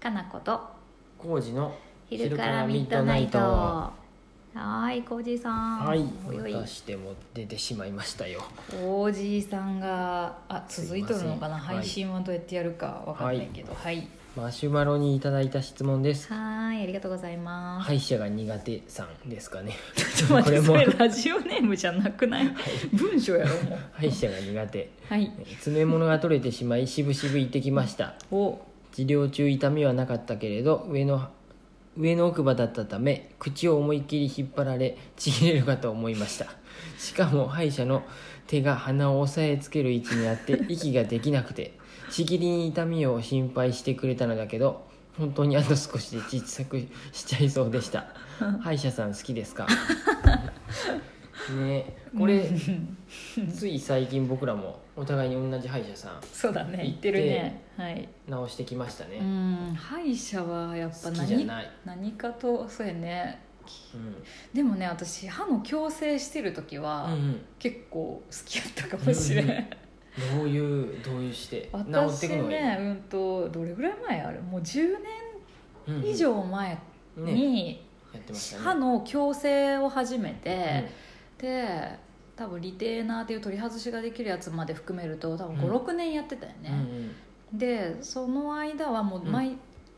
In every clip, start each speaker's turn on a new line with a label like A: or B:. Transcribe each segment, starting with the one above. A: かなこと
B: 工事の
A: 昼からミッドナイトはーいコージーさん
B: はい
A: およい
B: またしても出てしまいましたよ
A: コージーさんがあ
B: すいません
A: 続いとるのかな
B: はい
A: 配信はどうやってやるかわかんないけどはい
B: マシュマロにいただいた質問です
A: はーいありがとうございます、
B: 歯医者が苦手さんですかね
A: ちょっと待ってそ
B: これ
A: れ
B: も
A: ラジオネームじゃなくない、文章やろもう
B: 歯医者が苦手
A: はい
B: 詰め物が取れてしまいしぶしぶ行ってきました
A: お
B: 治療中痛みはなかったけれど上の上の奥歯だったため口を思いっきり引っ張られちぎれるかと思いました しかも歯医者の手が鼻を押さえつける位置にあって 息ができなくてしきりに痛みを心配してくれたのだけど本当にあと少しで小さくしちゃいそう でした歯医者さん好きですか ねえこ れ
A: うん
B: つい最近僕らもお互いに同じ歯医者さん
A: そうだね
B: 行
A: 言
B: っ
A: っててるねはい
B: 直してきましたね、
A: うん歯医者はやっぱ
B: 好きじゃ
A: 何
B: ない、
A: 何かとそうやね
B: うん
A: でもね私歯の矯正してる時は、
B: うん
A: 結構好きやったかもしれん、
B: うんうんうん、どういうどういうして治って
A: 私
B: くのがいい
A: ねうんとどれぐらい前あれもう10
B: うんうん
A: 年以上前
B: ね
A: に
B: やってましたね
A: 歯の矯正を始め
B: うん
A: て、で多分リテーナーっていう取り外しができるやつまで含めると多分
B: うん
A: 56、年やってたよ
B: うん
A: ね、でその間はもう毎、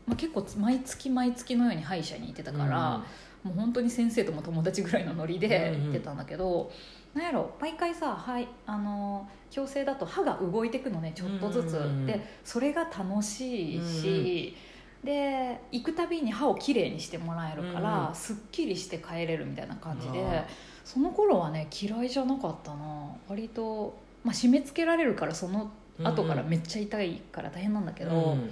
A: まあ、結構毎月毎月のように歯医者に行ってた
B: うん
A: から、もう本当に先生とも友達ぐらいのノリで行ってたんだけど、なんやろ毎回さ、はい、あの矯正だと歯が動いてくのねちょっとずつ、
B: うんうんうん
A: でそれが楽しいし、で行くたびに歯をきれいにしてもらえるから、
B: うんうん
A: すっきりして帰れるみたいな感じで、
B: あー
A: その頃はね嫌いじゃなかったな割と、まあ、締め付けられるからその後からめっちゃ痛いから大変なんだけど、
B: うん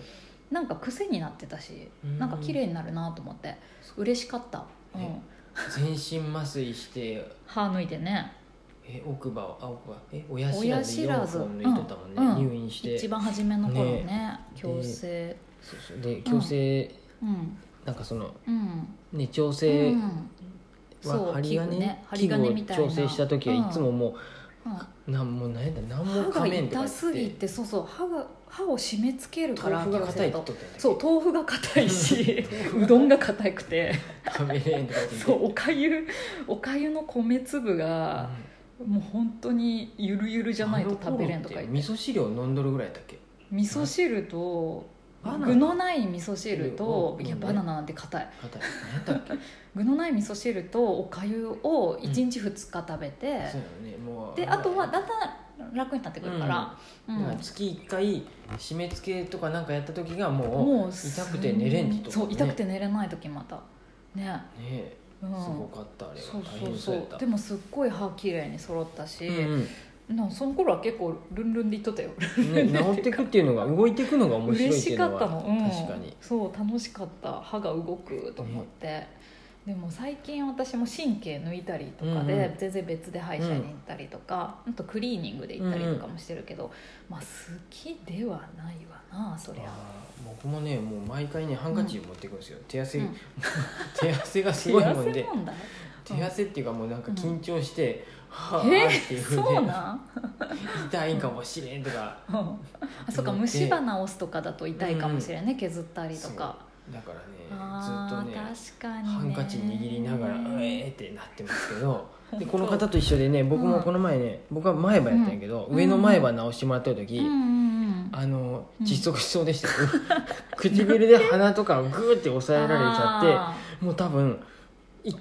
A: なんか癖になってたし
B: うん
A: なんか綺麗になるなと思って嬉しかった、うん
B: え全身麻酔して
A: 歯抜いてね
B: え奥歯をあ奥歯え親知らず
A: 親知
B: 4
A: らず
B: 本抜いてたもんね、
A: うんうん
B: 入院して
A: 一番初めの頃ね
B: え
A: 矯正
B: そうそうで矯正、
A: うん
B: なんかその
A: うん、
B: ね調整
A: うんそ
B: は
A: う
B: 針
A: 器具
B: 金,、
A: ね針金みたいな
B: を調整した時は
A: うん
B: いつもも
A: うん
B: う、なんもう何やった何も
A: 歯が
B: 仮面とか
A: 痛す
B: 言
A: ぎ
B: って
A: てそうそう歯が歯を締め付けるから
B: 豆腐が硬いって言っ
A: 矯正と
B: とったんだっけ
A: そう豆腐が硬いしうどんが硬くて
B: 食べれんとか言って
A: そうおかゆおかゆの米粒が、もう本当にゆるゆるじゃないと食べれんとか言って
B: 味噌汁を飲んどるぐらいだっけ
A: 味噌汁と
B: バナナ
A: 具のない味噌汁と
B: う、ん
A: いやバナナなんて硬い
B: 硬い何だっけ
A: 具のない味噌汁とおかゆを1日2日食べて、
B: そうよねもう
A: であとはだんだん楽になってくるから、
B: うん
A: うん
B: だから月1回締め付けとかなんかやった時がも
A: もう
B: 痛くて寝れんってとこ
A: そう痛く
B: ね
A: て寝れない時またね
B: うね
A: うん
B: すごかったあれ
A: そ
B: は
A: う
B: 大
A: そう
B: 変
A: そ
B: そうやっ
A: う
B: た
A: でもすっごい歯綺麗に揃ったし、
B: うん
A: なんかその頃は結構ルンルンで言っとったよ
B: うんね治ってくっていうのが動いてくのが面白い
A: 嬉
B: って
A: し
B: いうの
A: か
B: は
A: ったの、うん、
B: 確かに
A: そう楽しかった歯が動くと思って、でも最近私も神経抜いたりとかで、
B: うんうん
A: 全然別で歯医者に行ったりとか、あとクリーニングで行ったりとかもしてるけど、まあ好きではないわなそりゃ
B: あー僕もねもう毎回ねハンカチ持ってくるんですよ手汗
A: うん
B: 手汗がす
A: 手
B: ごい
A: 汗
B: もんで
A: 問題
B: 手汗っていうかもうなんか緊張してはあ
A: え
B: っていう
A: そ
B: ね
A: う なん、
B: 痛いかもしれんとか
A: うんあそうか
B: 思って
A: 虫歯治すとかだと痛いかもしれないね、削ったりとか
B: だからね
A: あ
B: ずっと
A: ー
B: ね
A: 確かにね
B: ハンカチ握りながら「うえー」ってなってますけど
A: 本
B: で
A: 当
B: この方と一緒でね僕もこの前ね僕は前歯やったんやけど、
A: うん
B: 上の前歯直してもらった時、
A: うんうんうん
B: あの
A: うん
B: 窒息しそうでした よ、唇で鼻とかをグーって押さえられちゃ
A: あー
B: ってもう多分い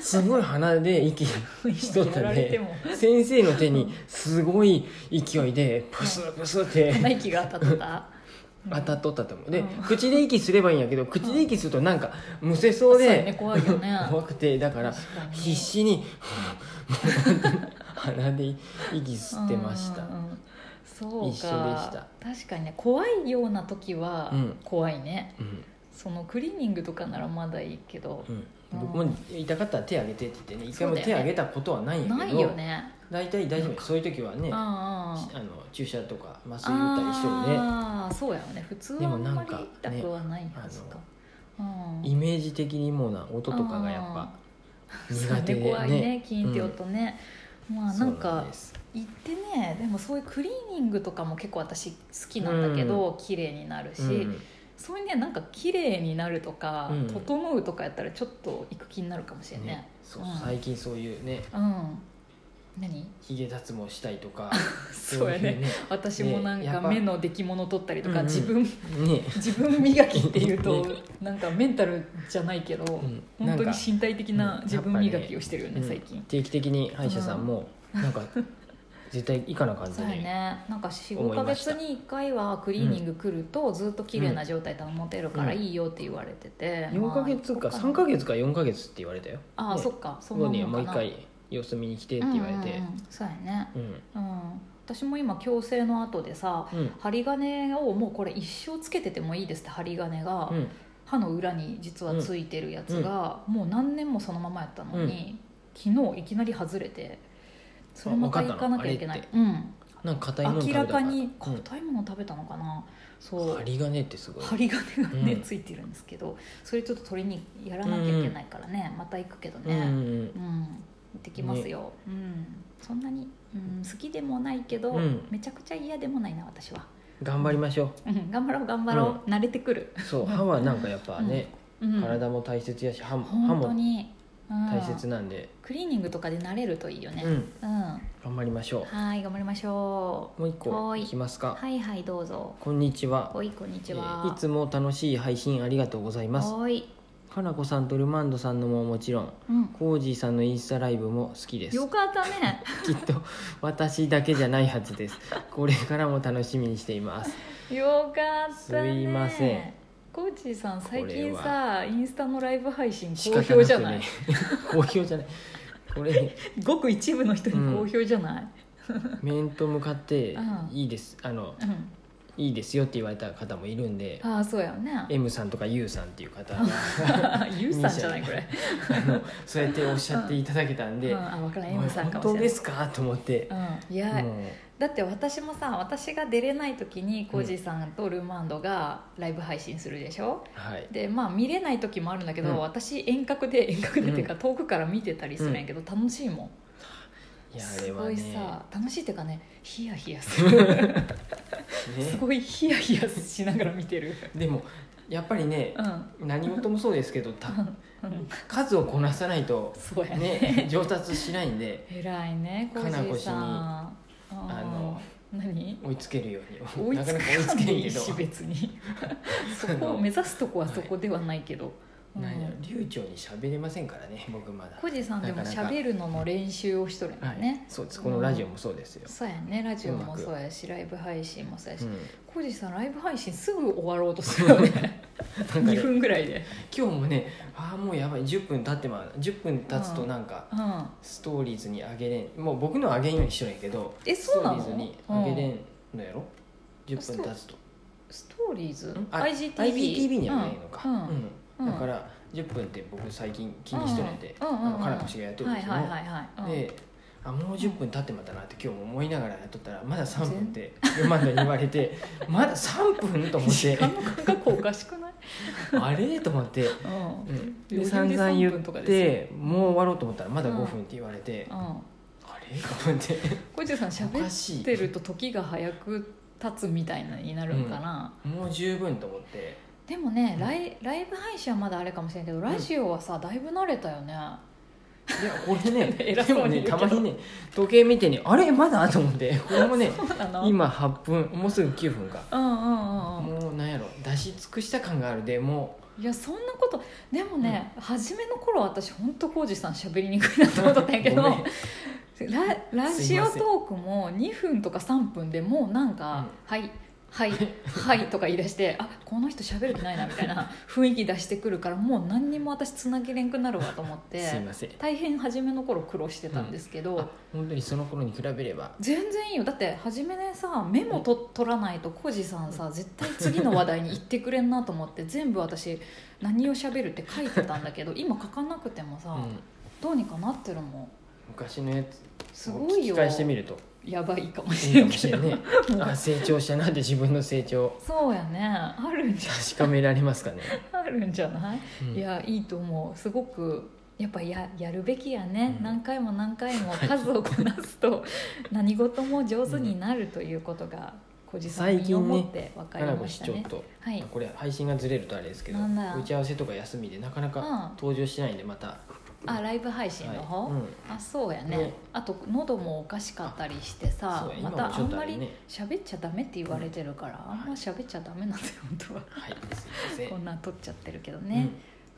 B: すごい鼻で息しとっ
A: や
B: た
A: ら
B: ん
A: れて
B: で
A: も
B: 先生の手にすごい勢いでプスプスって
A: 鼻息が当たった
B: 当たっとったと思うで、
A: うん
B: 口で息すればいいんやけど口で息するとなんかむせそう
A: そう
B: で、
A: やね怖いよね
B: 怖くてだから
A: 確かに
B: 必死に 鼻で息吸ってました、
A: うんうんうんそうか
B: 一緒でした
A: 確かにね怖いような時は
B: うん
A: 怖いね、
B: うん
A: そのクリーニングとかならまだいいけど
B: う、ん
A: うん
B: 僕も痛かったら手挙げてって言ってね一回
A: そう
B: も
A: だよね
B: 手挙げたことはないんや
A: な
B: け
A: いよ
B: ど
A: ね
B: 大体、大丈夫そういう時はね、
A: うんうん
B: あ
A: あ
B: の注射とか麻酔打ったりしてるね
A: あーそうやよね普通
B: で
A: はあ
B: も
A: ん
B: な
A: ま
B: ん
A: り
B: か
A: 痛くはないはずか、うん
B: イメージ的にもうな音とかがやっぱ
A: そう
B: 苦手
A: ね
B: で
A: 怖いね
B: ね
A: 金って音ね、まあなん
B: そう
A: か
B: です
A: 行ってねでもそういうクリーニングとかも結構私好きなんだけど、綺麗になるし、
B: うん
A: そういうねなんか綺麗になるとか、
B: うん
A: 整うとかやったらちょっと行く気になるかもしれないね
B: ねそう
A: うん
B: 最近そういうね
A: うん何
B: ひげ脱毛したいとか
A: そうや
B: い
A: ね私もなん
B: ねや
A: か
B: っぱ
A: 目の出来物取ったりとか、
B: うんうん
A: 自分
B: ね
A: 自分磨きっていうと
B: ね
A: なんかメンタルじゃないけど、
B: ん
A: 本当
B: な
A: に
B: んか
A: 身体的な
B: うん
A: 自分磨きをしてるよね
B: うん
A: 最近、
B: 定期的に歯医者さんもなんか絶対いかな感じ
A: そう
B: で
A: やねなんか45
B: 思い
A: か
B: ました
A: 月に1回はクリーニング来るとずっと綺麗な状態保てるから
B: うん
A: いいよって言われてて、
B: 4か月か3
A: か
B: か月か4か月って言われたよ
A: ああ、
B: ね
A: そっかそ
B: そ
A: んな
B: こ
A: もんか
B: に
A: な
B: はもう一回様子見に来てって言われて
A: うんうんうんそうやね
B: うん
A: うん私も今矯正の後でさ
B: うん
A: 針金をもうこれ一生つけててもいいですって針金が、
B: うん
A: 歯の裏に実はついてるやつが、もう何年もそのままやったのに、昨日いきなり外れてそれまた
B: あわ
A: 行
B: かった
A: か
B: の
A: なきゃいけな
B: あれ
A: い
B: っ、
A: うん、
B: なんか硬いもの食
A: 明
B: べた
A: ら
B: から
A: かに
B: うん
A: 硬いもの食べたのかな、そう
B: 針金ってすごい
A: 針金がね、
B: うん
A: ついてるんですけどそれちょっと取りにやらなきゃいけないからね、また行くけど
B: うんうん
A: ね、
B: うん
A: うん行ってきますよ、うん、そんなに、うん、好きでもないけど、
B: うん
A: めちゃくちゃ嫌でもないな私は、
B: 頑張りましょ
A: うん、頑張ろう頑張ろう、慣れてくる、
B: うそう歯はなんかやっぱね
A: うん、
B: 体も大切やし歯も歯
A: 本当
B: も
A: に、うん
B: 大切なんで
A: クリーニングとかで慣れるといいよね
B: う。ん
A: うん、は
B: 頑張りましょ
A: ーい、頑張りましょ
B: うもう一個
A: はい
B: いきます
A: う。
B: か
A: はいはい、どうぞ。
B: こんにちは
A: おい、こんにち
B: えー
A: は。
B: いつも楽しい配信ありがとうございます
A: はーい、
B: かなこさんとルマンドさんのももちろん
A: うん。
B: コージーさんのインスタライブも好きです
A: よかったね。
B: きっと私だけじゃないはずですこれからも楽しみにして います
A: よかったね。
B: すいません。
A: コーチーさん最近
B: これ
A: さインスタのライブ配信
B: 仕
A: 好
B: 方な
A: 評
B: く
A: じゃない、
B: ね 好評じゃないこれ
A: ごく一部の人に好評じゃない、
B: 面と向かって
A: うん
B: いいですあの
A: うん
B: いいですよって言われた方もいるんで
A: ああそうやよね
B: M さんとか U さんっていう方が
A: ゆうさんじゃないこれ、
B: あのそうやっておっしゃっていただけたん
A: う
B: で
A: ん、あ分からん
B: おい
A: M さん
B: 本
A: かも
B: 当
A: しれな
B: で
A: い
B: すかと思って、
A: うん、いや、
B: も
A: だって私もさ私が出れない時にコージーさんとルマンドがライブ配信するでしょ
B: う、はい、
A: でまあ見れない時もあるんだけど、
B: うん
A: 私遠隔で遠隔でっていうか、遠くから見てたりするんやけど、楽しいもん
B: いやあ
A: す
B: れは
A: ご
B: ね
A: いさ楽しいっていうかねヒヤヒヤするす
B: ね
A: ごいヒヤヒヤしながら見て る
B: でもやっぱりね
A: うん、
B: 何事もそうですけど た
A: うん、
B: 数をこなさないと
A: そう やね
B: ね上達しないんで
A: 偉いねコージ
B: かな
A: ー
B: こ氏に
A: さんあ
B: あの
A: 何
B: 追いつけるように
A: 追い
B: な
A: つ
B: かな
A: か
B: か追いつ
A: な
B: けない
A: い
B: けど
A: し別に そこを目指すとこはそこではないけど、うん
B: なんや流暢に喋れませんからね僕まだ
A: コジさんでも
B: なかなか
A: 喋るのの練習をしとるんだ
B: はい、
A: ね、
B: そうですこのラジオもそうですよ、
A: そうやねラジオ
B: うま
A: も
B: く
A: そうやしライブ配信もそうや
B: う
A: し、
B: ん
A: コジさんライブ配信すぐ終わろうとするよね
B: なんか
A: 2
B: ね
A: 分ぐらいで
B: 今日もねああもうやばい10分経ってまう10分経つとなんか、
A: うん
B: ストーリーズにあげれんもう僕のはあげんようにしとるんやけど
A: えそうなの
B: ストーリーズにあげれんのやろ、10分経つと
A: ストーリーズ
B: あ
A: IGTV,
B: IGTV にはないのか、
A: うんうん
B: うん
A: うん
B: だから10分って僕最近気にしとるんで、
A: うんうんうん
B: あのかなこ氏がやっとるん
A: は
B: で
A: い
B: すよ、
A: はいはいはい、うん
B: であもう10分経ってまたなって今日も思いながらやっとったらまだ3分ってルマンドに言われて まだ3分と思っ
A: 時
B: て
A: 間の感覚おかしく ない、
B: あれと思って、
A: うん
B: で
A: 余
B: 散
A: 裕で
B: 々
A: 3
B: 言っ
A: 分とかで
B: てもう終わろうと思ったらまだ5分って言われて、
A: う
B: あ
A: ん、
B: れと思って
A: コジさん
B: お
A: 喋
B: かし
A: っ
B: い
A: てると時が早く経つみたいなになるんかな、
B: もう十分と思って
A: でもね、
B: うん
A: ライライブ配信はまだあれかもしれんけどラジオはさ、だいぶ慣れたよね
B: いやこれ ね
A: 偉
B: で
A: そ
B: も
A: うに
B: ね
A: 言うけ
B: た
A: ど
B: まにね時計見てねあれまだと思 ってこれもね
A: そうなの
B: 今8分もうすぐ9分か
A: うんうんうんうん
B: もうなんやろ出し尽くした感があるでも
A: いやそんなことでもね、初めの頃私本当浩二さん喋りにくいなと思ったんやけど
B: ごめん
A: ララ
B: す
A: ジ
B: い
A: オ
B: ま
A: ト
B: せん
A: ークも2分とか3分でもうなんか「はいはいはい」とか言い出して「あこの人喋る気ないな」みたい な雰囲気出してくるからもう何にも私つなげれんくなるわと思っ
B: うすい
A: て
B: ません
A: 大変初めの頃苦労してたんですけど、
B: あ本当にその頃に比べれば
A: 全然いいよだって初めねさメモと取らないとコジさんさ絶対次の話題に行ってくれんなと思って全部私何を喋るって書いてたんだけ ど今書かなくてもさ、
B: うん
A: どうにかなってるもん
B: 昔のやつ
A: す
B: を
A: ごい
B: 聞き
A: よ
B: 返してみると
A: やばいかもし
B: いい
A: れ
B: か
A: ん
B: もし
A: け
B: れ
A: ど
B: ないね あ成長したなって自分の成長を
A: そうやねあるんじ
B: 確かめられますかね、
A: ゃあるんじゃない、
B: うん
A: いやいいと思うすごくやっぱややるべきやね、
B: うん
A: 何回も 何回も数をこなすと何事も上手になるということが小じさん身をもって分か
B: 花
A: り
B: 子
A: ま
B: 市
A: した
B: 長
A: ね
B: と、
A: はい
B: これ配信がずれるとあれですけど
A: なんだ
B: 打ち合わせとか休みでなかな
A: うん
B: か登場しないんでまた、
A: あライブ配信の方、
B: はいうん
A: あそうやね
B: ね
A: あと喉もおかしかったりしてさ
B: そう
A: ま
B: や今
A: た
B: も
A: あ
B: ちょっ
A: ん
B: と
A: ま
B: あれ
A: り
B: ね
A: 喋っちゃダメって言われてるから、あんま喋っちゃダメなんだよ本当は
B: はいすいません
A: こんなん撮っちゃってるけどね、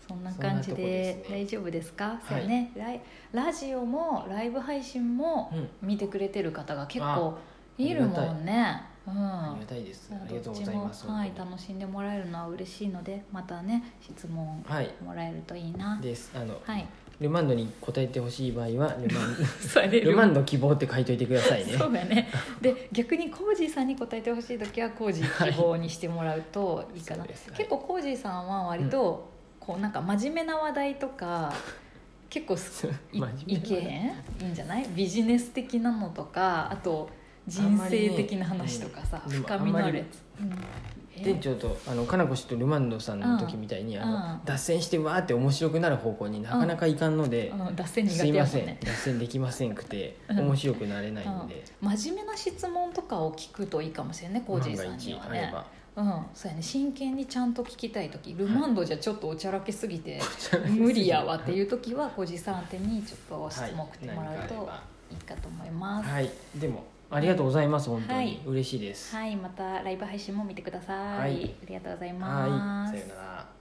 A: そんな感じで
B: そんなとこですね
A: 大丈夫ですか、
B: い
A: そうやねライラジオもライブ配信も
B: うん、うん
A: 見てくれてる方が結構いるもんねうん
B: ありがたいですありが
A: ど
B: とう
A: っ
B: ご
A: ち
B: ざい
A: も
B: ます
A: はい
B: 本
A: 楽しんでもらえるのは嬉しいのでまたね質問
B: 当にはい
A: もらえるといいな
B: ですあの
A: はい
B: ルマンドに答えてほしい場 合はルマン
A: され
B: ルマンド希望って書いといてくださいね
A: そうだねで逆にコージーさんに答えてほしい時はコージー希望にしてもらうといいかな、
B: そうですはい
A: 結構コージーさんは割とこうなんか真面目な話題とか結構すい
B: 真面目
A: い
B: な
A: けへんいいんじゃないビジネス的なのとかあと人生的な話とかさ、
B: あんまりねうん
A: 深みのあるやつ、うん
B: 店長とあのかなこ氏とルマンドさんの時みたいに、
A: うん
B: あの
A: うん
B: 脱線してわーって面白くなる方向になかなかいかんので、
A: うん脱線苦
B: す
A: 手や
B: いま
A: もん
B: せん、
A: ね
B: 脱線できませんくて
A: うん
B: 面白くなれないんで、
A: うん真面目な質問とかを聞くといいかもしれないねコージーさんには
B: 万が一あれ
A: ね
B: ば
A: うん、そうやね真剣にちゃんと聞きたい時ルマンドじゃちょっとおちゃらけすぎ て無理やわっていう時は小じさん宛てにちょっと質問送ってもらう
B: はい何
A: と
B: かあ
A: いいかと思い
B: れ
A: ま
B: ば
A: す
B: はいでもありがとうございます本当に、
A: はい
B: 嬉しいです
A: はいまたライブ配信も見てください、
B: はい
A: ありがとうござい
B: はい
A: ます
B: さようなら